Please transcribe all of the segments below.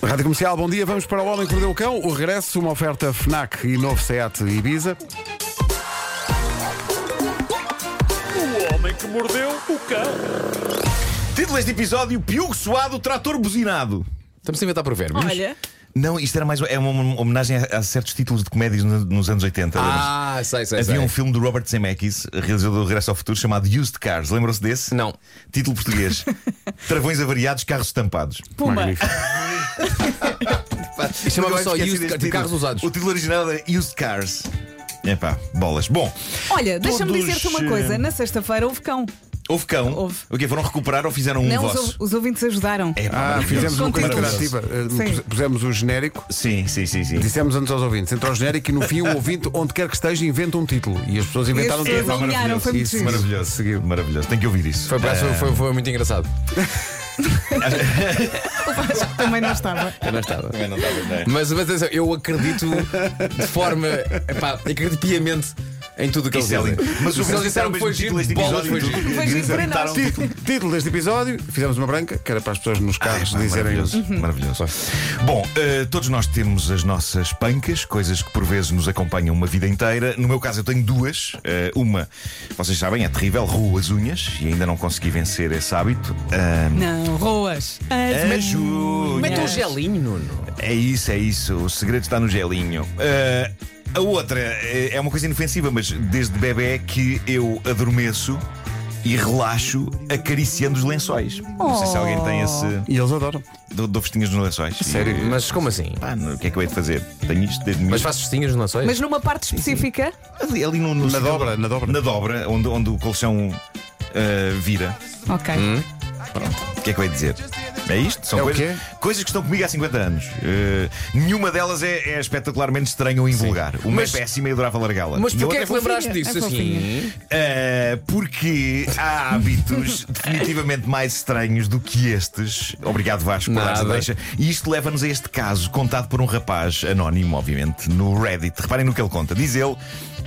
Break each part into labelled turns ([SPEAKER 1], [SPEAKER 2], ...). [SPEAKER 1] Rádio Comercial, bom dia. Vamos para o Homem que Mordeu o Cão. O regresso, uma oferta FNAC e novo SEAT Ibiza.
[SPEAKER 2] O homem que mordeu o cão.
[SPEAKER 3] Título deste episódio: Piugo Suado, Trator Buzinado.
[SPEAKER 4] Estamos a inventar provérbios.
[SPEAKER 5] Olha,
[SPEAKER 3] Não, isto era mais é uma homenagem a, a certos títulos de comédias no- nos anos 80. lembras-te?
[SPEAKER 4] Ah, sei, sei, sei.
[SPEAKER 3] Havia um filme do Robert Zemeckis, realizador do Regresso ao Futuro, chamado Used Cars. Lembram-se desse?
[SPEAKER 4] Não.
[SPEAKER 3] Título português: Travões avariados, carros estampados.
[SPEAKER 5] Puma.
[SPEAKER 1] Magnífico.
[SPEAKER 3] E
[SPEAKER 4] chamava-se só Used Car- de carros usados.
[SPEAKER 3] O título original era Used Cars. Epá, bolas. Bom,
[SPEAKER 5] Olha, deixa-me
[SPEAKER 3] Todos,
[SPEAKER 5] dizer-te uma
[SPEAKER 3] eh,
[SPEAKER 5] coisa. Na sexta-feira houve cão.
[SPEAKER 3] houve cão.
[SPEAKER 5] Houve.
[SPEAKER 3] O quê? Foram recuperar ou fizeram um
[SPEAKER 5] Não, os,
[SPEAKER 3] vosso? É.
[SPEAKER 5] ou- os ouvintes ajudaram.
[SPEAKER 3] Epá,
[SPEAKER 1] Ah,
[SPEAKER 3] maravilhoso.
[SPEAKER 1] fizemos uma coisa
[SPEAKER 3] Maravilhoso.
[SPEAKER 1] interativa. Eh,
[SPEAKER 5] Sim.
[SPEAKER 1] pus- Pusemos o genérico,
[SPEAKER 3] Sim, sim, sim, sim.
[SPEAKER 1] dissemos antes aos ouvintes, entra o genérico e no fim o ouvinte, onde quer que esteja, inventa um título. E as pessoas inventaram um
[SPEAKER 5] pessoas
[SPEAKER 1] título.
[SPEAKER 5] alinharam,
[SPEAKER 1] Maravilhoso.
[SPEAKER 5] foi muito
[SPEAKER 1] Isso,
[SPEAKER 5] giro.
[SPEAKER 3] Maravilhoso,
[SPEAKER 1] Seguiu.
[SPEAKER 3] maravilhoso. Tem que ouvir isso.
[SPEAKER 4] Foi, parece-
[SPEAKER 3] Ah,
[SPEAKER 4] foi- foi muito engraçado.
[SPEAKER 5] Também não estava.
[SPEAKER 4] Eu não estava.
[SPEAKER 3] também não estava a ver.
[SPEAKER 4] Mas, mas atenção, eu acredito de forma. Epá, acredito piamente em tudo o que eles
[SPEAKER 3] Isso é
[SPEAKER 4] dizem.
[SPEAKER 3] lindo. Mas
[SPEAKER 4] Se
[SPEAKER 3] o
[SPEAKER 4] eles
[SPEAKER 5] é
[SPEAKER 4] disseram que foi giro, bolas foi giro.
[SPEAKER 5] um Foi giro para nós.
[SPEAKER 3] um
[SPEAKER 1] Título, título deste episódio, fizemos uma branca, que era para as pessoas nos
[SPEAKER 5] Tá,
[SPEAKER 1] carros
[SPEAKER 5] um
[SPEAKER 1] dizerem.
[SPEAKER 3] Maravilhoso, maravilhoso. Bom, eh, todos nós temos as nossas pancas, coisas que por vezes nos acompanham uma vida inteira. No meu caso, eu tenho duas. Eh, uma, vocês sabem, é terrível, roo as unhas, e ainda não consegui vencer esse hábito. Ah,
[SPEAKER 5] Não, roas.
[SPEAKER 3] as unhas.
[SPEAKER 4] Mete um gelinho, Nuno.
[SPEAKER 3] É isso, é isso. O segredo está no gelinho. Ah, a outra eh, é uma coisa inofensiva, mas desde bebê que eu adormeço e relaxo acariciando os lençóis. Não sei se alguém tem esse.
[SPEAKER 1] E eles adoram.
[SPEAKER 3] Dou, dou festinhas nos lenções. Sério?
[SPEAKER 4] Mas como assim?
[SPEAKER 3] Pá, não- o que é que eu hei de fazer? Tenho isto desde
[SPEAKER 4] Mas
[SPEAKER 3] miúdo.
[SPEAKER 4] faz festinhas nos lançóis?
[SPEAKER 5] Mas numa parte específica,
[SPEAKER 3] ali, ali no, no
[SPEAKER 1] Na
[SPEAKER 3] sítio-
[SPEAKER 1] dobra, na dobra.
[SPEAKER 3] Na dobra, onde, onde o colchão ah, vira.
[SPEAKER 5] ok.
[SPEAKER 3] O que é que eu hei de dizer? É isto? São
[SPEAKER 1] É o
[SPEAKER 3] coisas,
[SPEAKER 1] quê?
[SPEAKER 3] coisas que estão comigo há 50 anos. Ah, nenhuma delas é, é espetacularmente estranha ou invulgar. Uma
[SPEAKER 4] Mas-
[SPEAKER 3] é péssima e eu adorava largá-la.
[SPEAKER 4] Mas
[SPEAKER 3] E a
[SPEAKER 4] porquê
[SPEAKER 3] outra
[SPEAKER 4] é que
[SPEAKER 3] fofinha.
[SPEAKER 4] lembraste disso
[SPEAKER 5] é fofinha.
[SPEAKER 4] assim?
[SPEAKER 3] Ah, porque há hábitos definitivamente mais estranhos do que estes. Obrigado, Vasco, por
[SPEAKER 4] Nada.
[SPEAKER 3] dar deixa. E isto leva-nos a este caso, contado por um rapaz anónimo, obviamente, no Reddit. Reparem no que ele conta. Diz ele.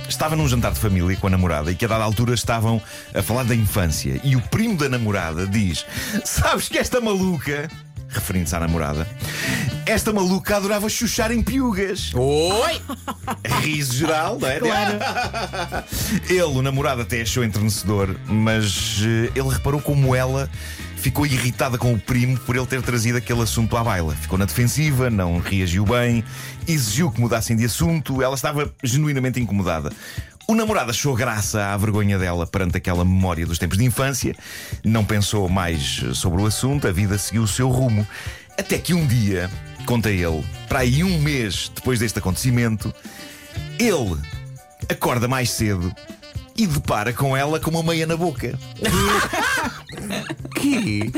[SPEAKER 3] Estava num jantar de família com a namorada e que a dada altura estavam a falar da infância. E o primo da namorada diz: Sabes que esta maluca, referindo-se à namorada, esta maluca adorava chuchar em piugas.
[SPEAKER 4] Oi!
[SPEAKER 3] Riso geral, não é? Ele, o namorado, até achou entrenecedor, mas eh, ele reparou como ela ficou irritada com o primo por ele ter trazido aquele assunto à baila. Ficou na defensiva, não reagiu bem, exigiu que mudassem de assunto, ela estava genuinamente incomodada. O namorado achou graça à vergonha dela perante aquela memória dos tempos de infância, não pensou mais sobre o assunto, a vida seguiu o seu rumo. Até que um dia, conta ele, para aí um mês depois deste acontecimento, ele acorda mais cedo e depara com ela com uma meia na boca.
[SPEAKER 1] Que?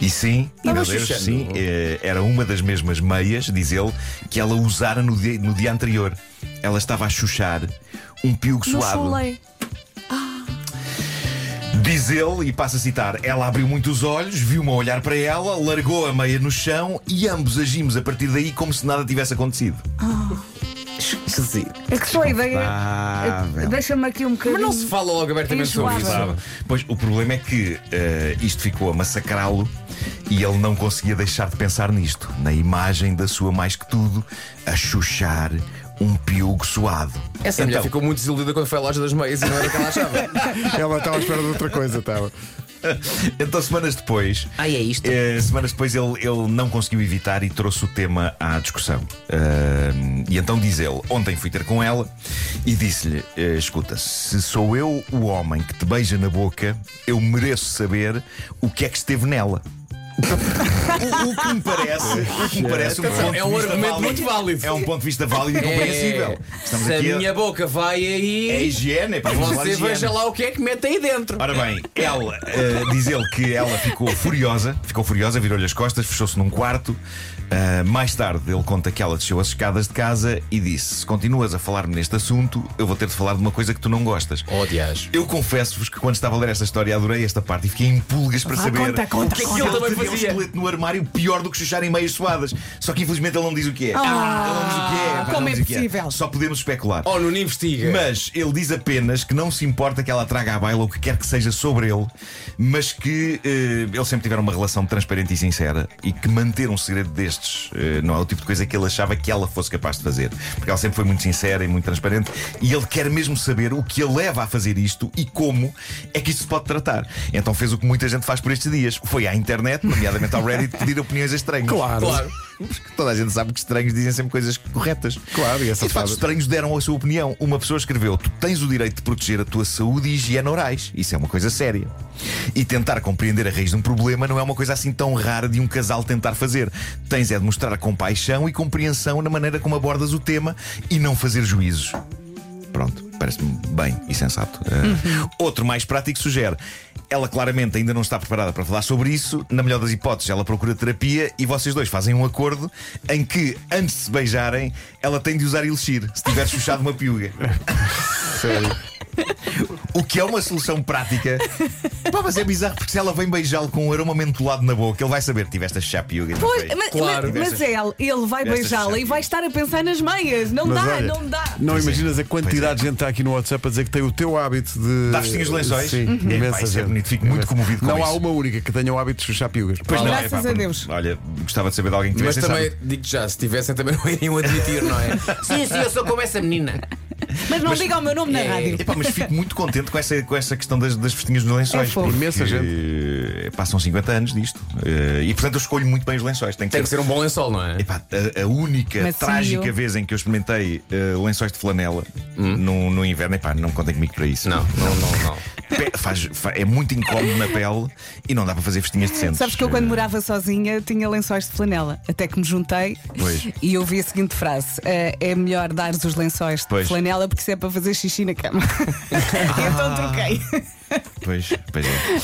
[SPEAKER 3] E sim,
[SPEAKER 4] Tava
[SPEAKER 3] meu Deus,
[SPEAKER 4] chuchando.
[SPEAKER 3] sim, eh, era uma das mesmas meias, diz ele, que ela usara no dia, no dia anterior. Ela estava a chuchar um piugo
[SPEAKER 5] No
[SPEAKER 3] suado.
[SPEAKER 5] chulei.
[SPEAKER 3] Diz ele, e passa a citar: ela abriu muito os olhos, viu-me a olhar para ela, largou a meia no chão e ambos agimos a partir daí como se nada tivesse acontecido.
[SPEAKER 5] É que só a ideia.
[SPEAKER 3] Ah,
[SPEAKER 5] Deixa-me aqui um bocadinho.
[SPEAKER 4] Mas não se fala logo abertamente sobre isso.
[SPEAKER 5] Enjoava.
[SPEAKER 3] Pois o problema é que eh, isto ficou a massacrá-lo e ele não conseguia deixar de pensar nisto, na imagem da sua mais que tudo, a chuchar um piugo suado. Então,
[SPEAKER 4] Essa mulher ficou muito desiludida quando foi à loja das meias e não era o que ela achava.
[SPEAKER 1] Ela estava à espera de outra coisa, estava.
[SPEAKER 3] Então, semanas depois.
[SPEAKER 4] Ai, é isto?
[SPEAKER 3] eh, semanas depois ele, ele não conseguiu evitar e trouxe o tema à discussão. Ah, e então diz ele: Ontem fui ter com ela e disse-lhe: eh, Escuta, se sou eu o homem que te beija na boca, eu mereço saber o que é que esteve nela. o, o que me parece, o que me parece um
[SPEAKER 4] Atenção,
[SPEAKER 3] ponto
[SPEAKER 4] é um
[SPEAKER 3] de vista
[SPEAKER 4] argumento
[SPEAKER 3] válido.
[SPEAKER 4] muito válido.
[SPEAKER 3] É um ponto de vista válido e compreensível. Estamos
[SPEAKER 4] Se a
[SPEAKER 3] aqui a-
[SPEAKER 4] minha boca vai aí.
[SPEAKER 3] É higiene, é para falar de
[SPEAKER 4] Você
[SPEAKER 3] higiene.
[SPEAKER 4] veja lá o que é que mete aí dentro.
[SPEAKER 3] Ora bem, ela eh, diz ele que ela ficou furiosa, ficou furiosa, virou-lhe as costas, fechou-se num quarto. Ah, mais tarde ele conta que ela desceu as escadas de casa e disse: Se continuas a falar-me neste assunto, eu vou ter de falar de uma coisa que tu não gostas.
[SPEAKER 4] Oh, dias.
[SPEAKER 3] Eu confesso-vos que quando estava a ler esta história adorei esta parte e fiquei em pulgas para saber
[SPEAKER 5] Ah, conta,
[SPEAKER 3] o que é que ele também que é um
[SPEAKER 4] fazia.
[SPEAKER 3] esqueleto no armário pior do que chuchar em meias suadas. Só que infelizmente ele não diz o que é.
[SPEAKER 5] Ah,
[SPEAKER 3] ele não diz o que é. pá,
[SPEAKER 5] como
[SPEAKER 3] não
[SPEAKER 5] é
[SPEAKER 3] diz o que
[SPEAKER 5] possível?
[SPEAKER 3] Só podemos especular.
[SPEAKER 4] Oh, Nuno, investiga.
[SPEAKER 3] Mas ele diz apenas que não se importa que ela traga à baila o que quer que seja sobre ele, mas que eh, eles sempre tiveram uma relação transparente e sincera e que manter um segredo destes eh, não é o tipo de coisa que ele achava que ela fosse capaz de fazer. Porque ela sempre foi muito sincera e muito transparente e ele quer mesmo saber o que a leva a fazer isto e como é que isto se pode tratar. Então fez o que muita gente faz por estes dias: foi à internet, nomeadamente ao Reddit, pedir opiniões a estranhos.
[SPEAKER 1] Claro.
[SPEAKER 4] Claro.
[SPEAKER 3] Porque toda a gente sabe que estranhos dizem sempre coisas corretas.
[SPEAKER 1] Claro, e é
[SPEAKER 3] e
[SPEAKER 1] essa
[SPEAKER 3] de facto,
[SPEAKER 1] frase-
[SPEAKER 3] estranhos deram a sua opinião. Uma pessoa escreveu: Tu tens o direito de proteger a tua saúde e higiene orais. Isso é uma coisa séria. E tentar compreender a raiz de um problema não é uma coisa assim tão rara de um casal tentar fazer. Tens é de mostrar compaixão e compreensão na maneira como abordas o tema e não fazer juízos. Pronto, parece-me bem e sensato. Uh,
[SPEAKER 5] Uhum.
[SPEAKER 3] Outro mais prático sugere. Ela claramente ainda não está preparada para falar sobre isso. Na melhor das hipóteses, ela procura terapia e vocês dois fazem um acordo em que, antes de se beijarem, ela tem de usar elixir se tiver chuchado uma piuga.
[SPEAKER 1] Sério.
[SPEAKER 3] O que é uma solução prática. Pá, mas é bizarro porque se ela vem beijá-lo com um aroma mentolado na boca, ele vai saber: tiveste a chuchar piuga. não
[SPEAKER 5] Pois,
[SPEAKER 3] foi?"
[SPEAKER 5] mas,
[SPEAKER 4] Claro.
[SPEAKER 5] mas, mas ele, ele vai
[SPEAKER 3] Dessas
[SPEAKER 5] beijá-la e
[SPEAKER 3] chatinhas.
[SPEAKER 5] vai estar a pensar nas meias. Não
[SPEAKER 1] Mas
[SPEAKER 5] dá,
[SPEAKER 1] olha,
[SPEAKER 5] não dá.
[SPEAKER 1] Não
[SPEAKER 3] Pois é.
[SPEAKER 1] imaginas a quantidade de gente que está aqui no WhatsApp a dizer que tem o teu hábito de.
[SPEAKER 3] Dá festinhas de Tá lençóis?
[SPEAKER 1] Sim,
[SPEAKER 3] Uhum.
[SPEAKER 1] imensa
[SPEAKER 3] É, pá, isso é
[SPEAKER 1] gente.
[SPEAKER 3] bonito, fico muito
[SPEAKER 1] Imensa.
[SPEAKER 3] comovido com
[SPEAKER 1] Não há
[SPEAKER 3] isso.
[SPEAKER 1] uma única que tenha o hábito de chuchar piugas.
[SPEAKER 3] Pois não, é,
[SPEAKER 5] Graças
[SPEAKER 3] pá,
[SPEAKER 5] a Deus.
[SPEAKER 3] Olha, gostava de saber de alguém que
[SPEAKER 4] Mas
[SPEAKER 3] tivesse esse
[SPEAKER 4] também,
[SPEAKER 3] hábito.
[SPEAKER 4] digo já, se tivessem também não iriam admitir, não é? sim, sim, eu sou como essa menina.
[SPEAKER 5] Mas não diga o meu nome na rádio.
[SPEAKER 3] Epá, mas fico muito contente com essa, com essa questão das, das festinhas nos lençóis. eh,
[SPEAKER 5] É fofo.
[SPEAKER 1] Imensa
[SPEAKER 3] Passam 50 anos disto. Eh, e portanto eu escolho muito bem os lençóis. Tem que
[SPEAKER 4] Tem que
[SPEAKER 3] ser.
[SPEAKER 4] ser um bom lençol, não é?
[SPEAKER 3] Epá, a, a única
[SPEAKER 5] Macio.
[SPEAKER 3] trágica vez em que eu experimentei eh, lençóis de flanela no, no inverno, epá, não contem comigo para isso.
[SPEAKER 4] Hum? Não, não, não, não.
[SPEAKER 3] Pe- faz- fa- é muito incómodo na pele e não dá para fazer festinhas decentes.
[SPEAKER 5] Sabes que eu,
[SPEAKER 3] Eh,
[SPEAKER 5] quando morava sozinha, tinha lençóis de flanela. Até que me juntei
[SPEAKER 3] Pois.
[SPEAKER 5] e ouvi a seguinte frase: "Ah, É melhor dar os lençóis de
[SPEAKER 3] Pois.
[SPEAKER 5] flanela porque isso é para fazer xixi na cama. então
[SPEAKER 3] Ah.
[SPEAKER 5] troquei.
[SPEAKER 3] Pois, pois é.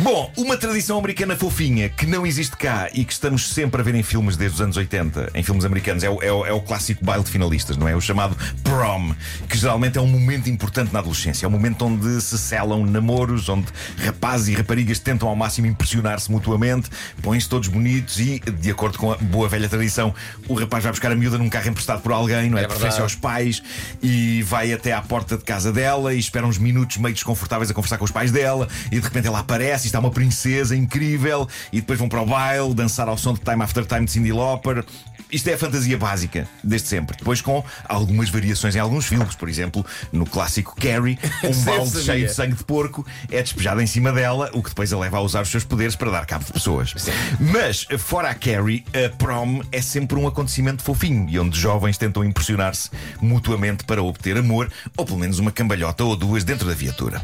[SPEAKER 3] Bom, uma tradição americana fofinha que não existe cá e que estamos sempre a ver em filmes desde os anos 80, em filmes americanos, é o, é o, é o clássico baile de finalistas, não é? O chamado prom, que geralmente é um momento importante na adolescência. É um momento onde se selam namoros, onde rapazes e raparigas tentam ao máximo impressionar-se mutuamente, põem-se todos bonitos e, de acordo com a boa velha tradição, o rapaz vai buscar a miúda num carro emprestado por alguém, não é?
[SPEAKER 4] É
[SPEAKER 3] De preferência aos
[SPEAKER 4] verdade.
[SPEAKER 3] pais e vai até à porta de casa dela e espera uns minutos meio desconfortáveis a conversar com os pais dela e de repente ela aparece e está uma princesa incrível e depois vão para o baile dançar ao som de Time After Time de Cyndi Lauper. Isto é a fantasia básica, desde sempre. Depois com algumas variações em alguns filmes, por exemplo, no clássico Carrie, um
[SPEAKER 4] Sempre
[SPEAKER 3] balde
[SPEAKER 4] sabia.
[SPEAKER 3] cheio de sangue de porco é despejado em cima dela, o que depois a leva a usar os seus poderes para dar cabo de pessoas. Mas, fora a Carrie, a prom é sempre um acontecimento fofinho e onde jovens tentam impressionar-se mutuamente para obter amor ou pelo menos uma cambalhota ou duas dentro da viatura.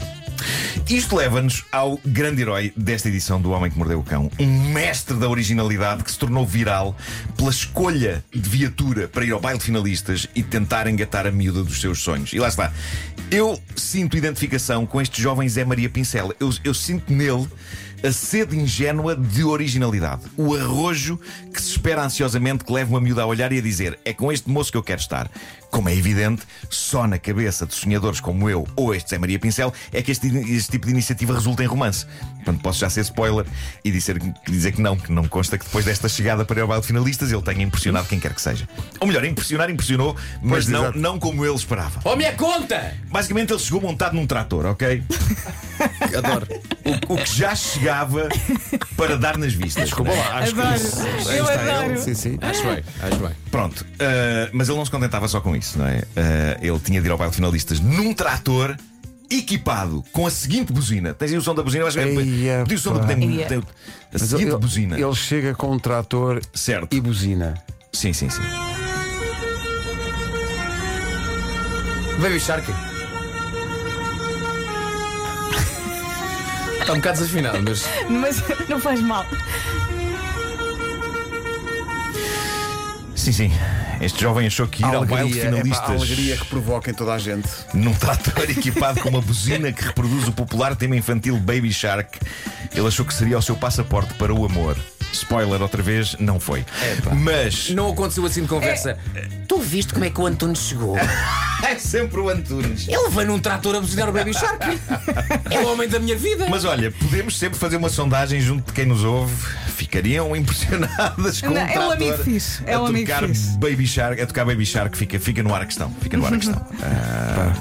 [SPEAKER 3] Isto leva-nos ao grande herói desta edição do Homem que Mordeu o Cão, um mestre da originalidade que se tornou viral pela escolha de viatura para ir ao baile de finalistas e tentar engatar a miúda dos seus sonhos. E lá está. Eu sinto identificação com este jovem Zé Maria Pincel. Eu, eu sinto nele a sede ingênua de originalidade. O arrojo que se espera ansiosamente que leve uma miúda a olhar e a dizer: É com este moço que eu quero estar. Como é evidente, só na cabeça de sonhadores como eu ou este Zé Maria Pincel é que este, este tipo de iniciativa resulta em romance. Portanto, posso já ser spoiler e dizer, dizer que não, que não me consta que depois desta chegada para o baile de finalistas ele tenha impressionado quem quer que seja. Ou melhor, impressionar, impressionou, mas
[SPEAKER 1] Pois,
[SPEAKER 3] não,
[SPEAKER 1] exato.
[SPEAKER 3] não como ele esperava.
[SPEAKER 4] Oh, minha conta!
[SPEAKER 3] Basicamente, ele chegou montado num trator, ok?
[SPEAKER 4] Adoro.
[SPEAKER 3] O que já chegava para dar nas vistas. é?
[SPEAKER 1] Desculpa lá, acho
[SPEAKER 5] Adoro.
[SPEAKER 1] que.
[SPEAKER 5] Eu
[SPEAKER 1] Está ele.
[SPEAKER 5] adoro.
[SPEAKER 1] Sim, sim.
[SPEAKER 4] Acho bem, acho bem.
[SPEAKER 3] Pronto, ah, mas ele não se contentava só com isso, não é? Ah, ele tinha de ir ao baile de finalistas num trator equipado com a seguinte buzina. Tens aí o som da buzina? Eu acho que
[SPEAKER 1] Eia,
[SPEAKER 3] pedi o som
[SPEAKER 1] pá.
[SPEAKER 3] do
[SPEAKER 5] Eia.
[SPEAKER 3] tem, A
[SPEAKER 1] Mas
[SPEAKER 3] seguinte
[SPEAKER 1] ele-
[SPEAKER 3] buzina.
[SPEAKER 1] Ele chega com um trator
[SPEAKER 3] Certo.
[SPEAKER 1] e buzina.
[SPEAKER 3] Sim, sim, sim.
[SPEAKER 4] Baby Shark. Está um bocado desafinado, mas.
[SPEAKER 5] Mas não faz mal.
[SPEAKER 3] Sim, sim. Este jovem achou que ir ao baile de
[SPEAKER 1] é pá, a
[SPEAKER 3] finalistas
[SPEAKER 1] alegria que provoca em toda a gente.
[SPEAKER 3] num trator equipado com uma buzina que reproduz o popular tema infantil Baby Shark, ele achou que seria o seu passaporte para o amor. Spoiler outra vez, não foi. Mas
[SPEAKER 4] Não aconteceu assim de conversa. Tu viste como é que o Antunes chegou?
[SPEAKER 3] é sempre o Antunes.
[SPEAKER 4] Ele veio num trator a buzinar o Baby Shark. É o homem da minha vida.
[SPEAKER 3] Mas olha, podemos sempre fazer uma sondagem junto de quem nos ouve. ficariam impressionadas com
[SPEAKER 5] Não,
[SPEAKER 3] um
[SPEAKER 5] é um
[SPEAKER 3] trator
[SPEAKER 5] amigo fixe, é
[SPEAKER 3] a
[SPEAKER 5] um amigo
[SPEAKER 3] tocar
[SPEAKER 5] fixe.
[SPEAKER 3] Baby Shark, a tocar Baby Shark, fica, fica no ar a questão, fica no ar a questão. Ah,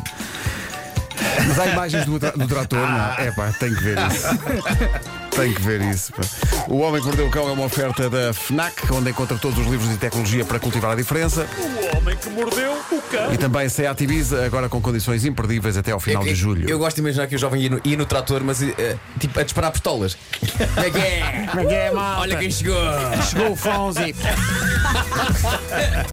[SPEAKER 1] Mas há imagens do, tra- do trator, não é? É pá, tem que ver isso. Tem que ver isso. pá. O Homem que Mordeu o Cão é uma oferta da FNAC, onde encontra todos os livros de tecnologia para cultivar a diferença.
[SPEAKER 2] O homem que mordeu o cão.
[SPEAKER 1] E também Seat Ibiza, agora com condições imperdíveis até ao final
[SPEAKER 4] eu,
[SPEAKER 1] de julho.
[SPEAKER 4] Eu gosto de imaginar que o jovem ia no, ia no trator, mas eh, tipo, a disparar pistolas. Como é que é?
[SPEAKER 1] Como é que é, malta?
[SPEAKER 4] Olha quem chegou!
[SPEAKER 1] Chegou o Fonzi.